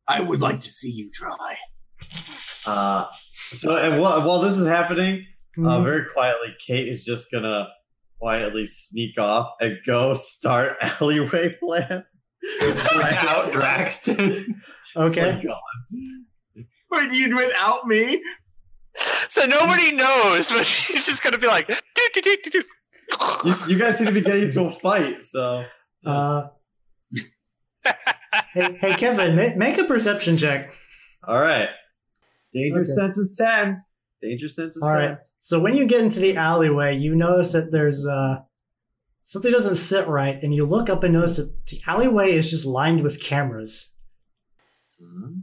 I would like to see you try. uh, so and while, while this is happening, uh, Mhm. very quietly, Kate is just gonna quietly sneak off and go start alleyway plan. Blackout Braxton. Okay. It's like, But you without me? So nobody knows, but she's just gonna be like, doo, doo, doo, doo, doo. you, you guys seem to be getting into a fight, so Uh, hey, hey, Kevin, ma- make a perception check. all right. Danger Okay. sense is ten. Danger sense is All ten. right. So when you get into the alleyway, you notice that there's uh, something doesn't sit right, and you look up and notice that the alleyway is just lined with cameras. Huh? Hmm?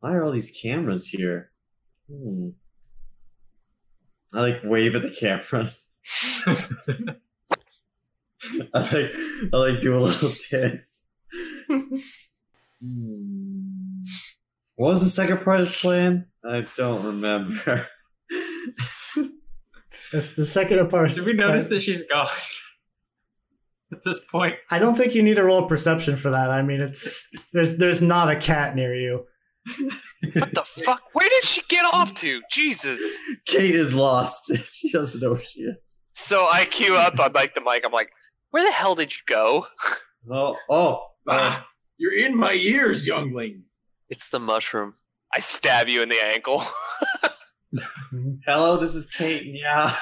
Why are all these cameras here? Hmm. I like wave at the cameras. I like I like do a little dance. Hmm. What was the second part of this plan? I don't remember. That's the second part. Did we notice that she's gone? At this point, I don't think you need to roll perception for that. I mean, it's there's there's not a cat near you. What the fuck? Where did she get off to? Jesus. Kate is lost. she doesn't know where she is. So I queue up. I'm like the mic. I'm like, where the hell did you go? Well, oh, uh, Ah, you're in my ears, youngling. It's the mushroom. I stab you in the ankle. uh, hello. This is Kate. and Yeah,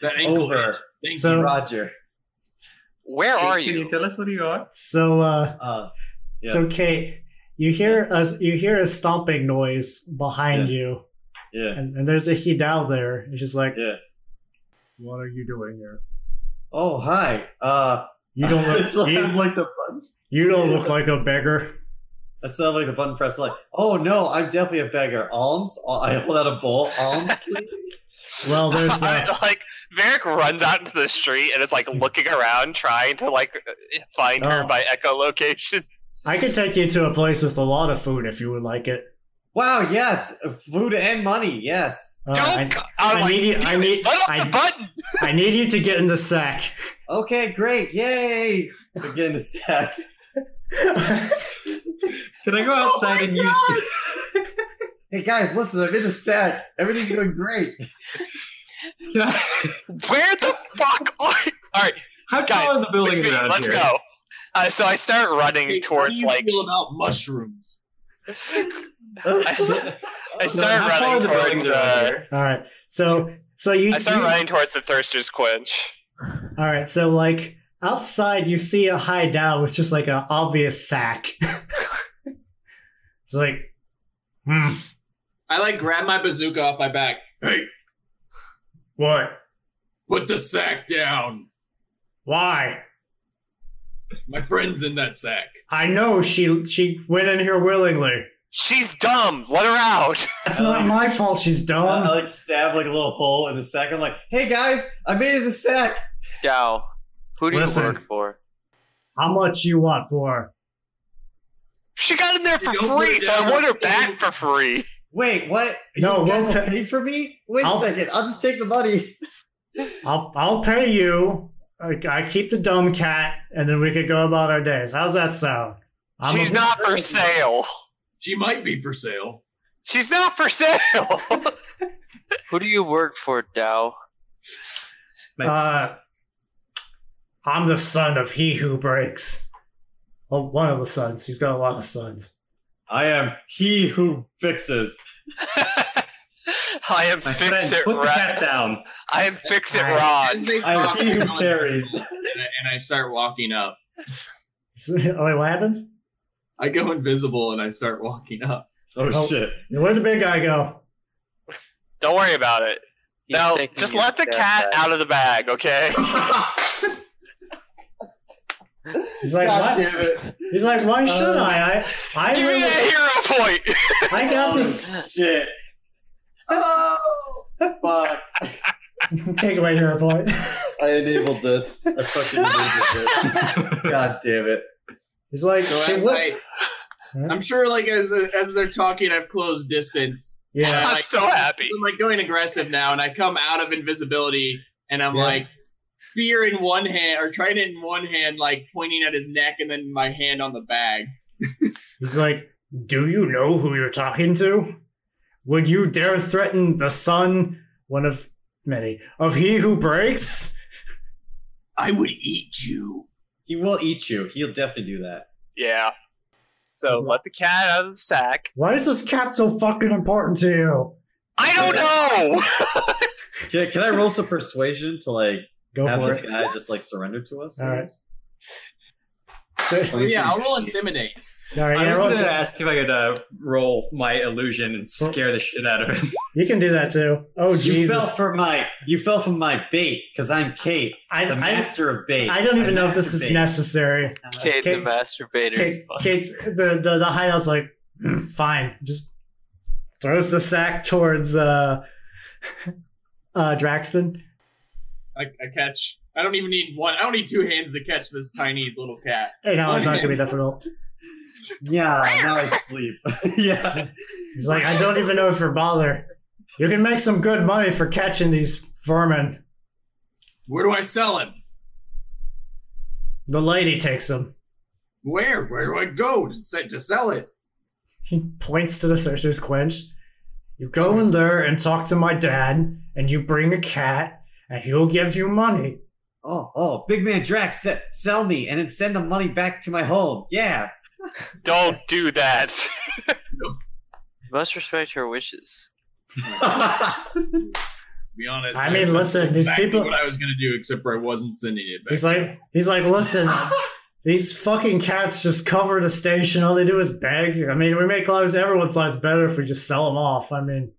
That ankle over. itch. Thank So- you. Roger. Where Kate, are can you you? tell us where you are? So uh, Uh, yeah. so Kate, you hear us you hear a stomping noise behind you, yeah, and, and there's a Hidal there. It's just like, yeah. what are you doing here? Oh, hi. Uh, You don't I look still have, you, like the button. you don't look like a beggar. I still have, like the button press. Like, oh no, I'm definitely a beggar. Alms. I hold out a bowl. Alms, please. Well, there's uh, I, like Varric runs out into the street and is like looking around, trying to like find her Oh. by echolocation. I could take you to a place with a lot of food if you would like it. wow. Yes. Food and money. Yes. Uh, Don't. I, go- I'm I like, need you- I "Damn it, need- put up I- the button. I need you to get in the sack. Okay. Great. Yay. Begin to stack. Can I go Oh outside and use? Hey guys, listen. I'm in the sack. Everything's going great. Can I, Where the fuck are? you? All right, how Guys, tall are the buildings let's around let's here? go. Uh, so I start running Kate, how do towards you like feel about mushrooms? I, s- I No, start how tall are running the buildings towards. around Uh, here? All right. So so you, I start you- running towards the Thirster's Quench. all right. So like outside, you see a high down with just like an obvious sack. it's like, hmm, I like grab my bazooka off my back. Hey, what? put the sack down. Why? My friend's in that sack. I know she she went in here willingly. She's dumb. Let her out. That's I not like- my fault. She's dumb. I like stab like a little hole in the sack. I'm like, hey guys, I made it in the sack. Dow, who do Listen. you work for? How much you want for? her? She got in there for Don't put free, it so I down. want her back for free. Wait, what? No, you guys we'll will pay- pay for me? Wait I'll- a second. I'll just take the money. I'll I'll pay you. I, I keep the dumb cat, and then we could go about our days. How's that sound? I'm She's a- not for sale. She might be for sale. She's not for sale. Who do you work for, Dow? Uh, I'm the son of he who breaks. Well, one of the sons. He's got a lot of sons. I am he who fixes. I am My fix friend, it put the right. cat down. I am fix it I- Rod. As they I am Oh, talk, he I'm who going- carries. and I- and I start walking up. oh wait, what happens? I go invisible and I start walking up. Oh, Oh. shit. Where'd the big guy go? Don't worry about it. He's no, taking just your let the cat back. out of the bag, okay? He's like, what? God damn it. He's like, why should Uh, I? I I Give me really, that hero point. I got this. Oh, shit. Oh! Fuck. Take away your point. I enabled this. I fucking enabled this. God damn it. He's like, So she as went- I, I'm sure, like as as they're talking, I've closed distance. yeah. I'm like- so happy. I'm like going aggressive now, and I come out of invisibility, and I'm Yeah. like spear in one hand or trident in one hand, like pointing at his neck, and then my hand on the bag. He's like, Do you know who you're talking to? Would you dare threaten the son, one of many, of he who breaks? I would eat you. He will eat you. He'll definitely do that. Yeah. So let the cat out of the sack. Why is this cat so fucking important to you? I don't know. Can, can I roll some persuasion to like Go have for this it. guy just like surrender to us? All right. So- Oh, yeah, I'll roll intimidate. all right, I yeah, was roll going to t- ask if I could uh, roll my illusion and scare the shit out of him. you can do that too. Oh You fell Jesus! for my you fell for my bait because I'm Kate, I, the I, master of bait. I don't even know if this Master is bait. necessary. Kate Kate- the masturbator. Kate, Kate's the, the the hideout's like, "Mm, fine, just throws the sack towards uh, uh, Draxton. I, I catch. I don't even need one. I don't need two hands to catch this tiny little cat. Hey, no, it's not gonna be difficult. Yeah, now I sleep. yeah. He's like, I don't even know if you're bothered. You can make some good money for catching these vermin. Where do I sell him? The lady takes them. Where? Where do I go to, se- to sell it? He points to the Thirster's Quench. You go in there and talk to my dad, and you bring a cat, and he'll give you money. Oh, oh, big man Drax, se- sell me and then send the money back to my home. Yeah. Don't do that. Must respect her wishes. To be honest. I mean, listen, these exactly people- What I was gonna do, except for I wasn't sending it back. He's to like, he's like, listen, these fucking cats just cover the station. All they do is beg. I mean, we make lives, everyone's lives better if we just sell them off. I mean,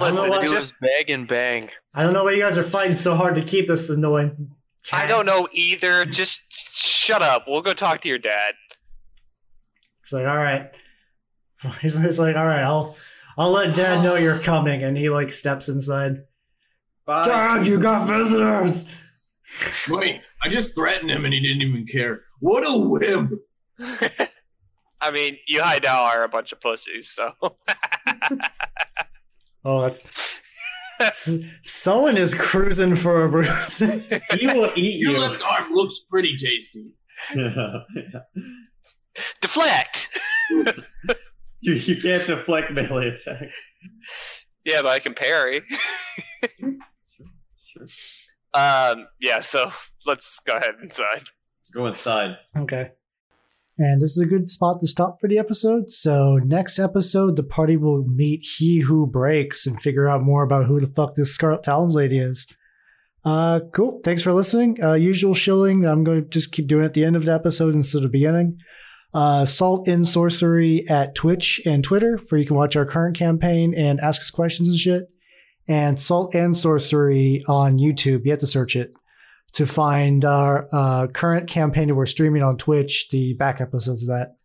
I don't Listen, know it why, was bag and bang. I don't know why you guys are fighting so hard to keep this annoying. cat. I don't know either. Just shut up. We'll go talk to your dad. It's like, all right. He's, he's like, all right, I'll I'll let Dad know you're coming, and he like steps inside. Bye. Dad, you got visitors. Wait, I just threatened him and he didn't even care. What a wimp! I mean, you high now are a bunch of pussies, so Oh, that's. S- Someone is cruising for a bruise. He will eat Your you. left arm looks pretty tasty. deflect. you. You can't deflect melee attacks. Yeah, but I can parry. Sure. Let's Um, yeah, so let's go ahead inside. go inside. okay. And this is a good spot to stop for the episode. So, next episode, the party will meet He Who Breaks and figure out more about who the fuck this Scarlet Talons lady is. Uh, cool. Thanks for listening. Uh, usual shilling. I'm going to just keep doing it at the end of the episode instead of the beginning. Uh, Salt in Sorcery at Twitch and Twitter, where you can watch our current campaign and ask us questions and shit. And Salt and Sorcery on YouTube. You have to search it to find our uh, current campaign that we're streaming on Twitch, the back episodes of that.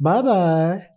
Bye bye.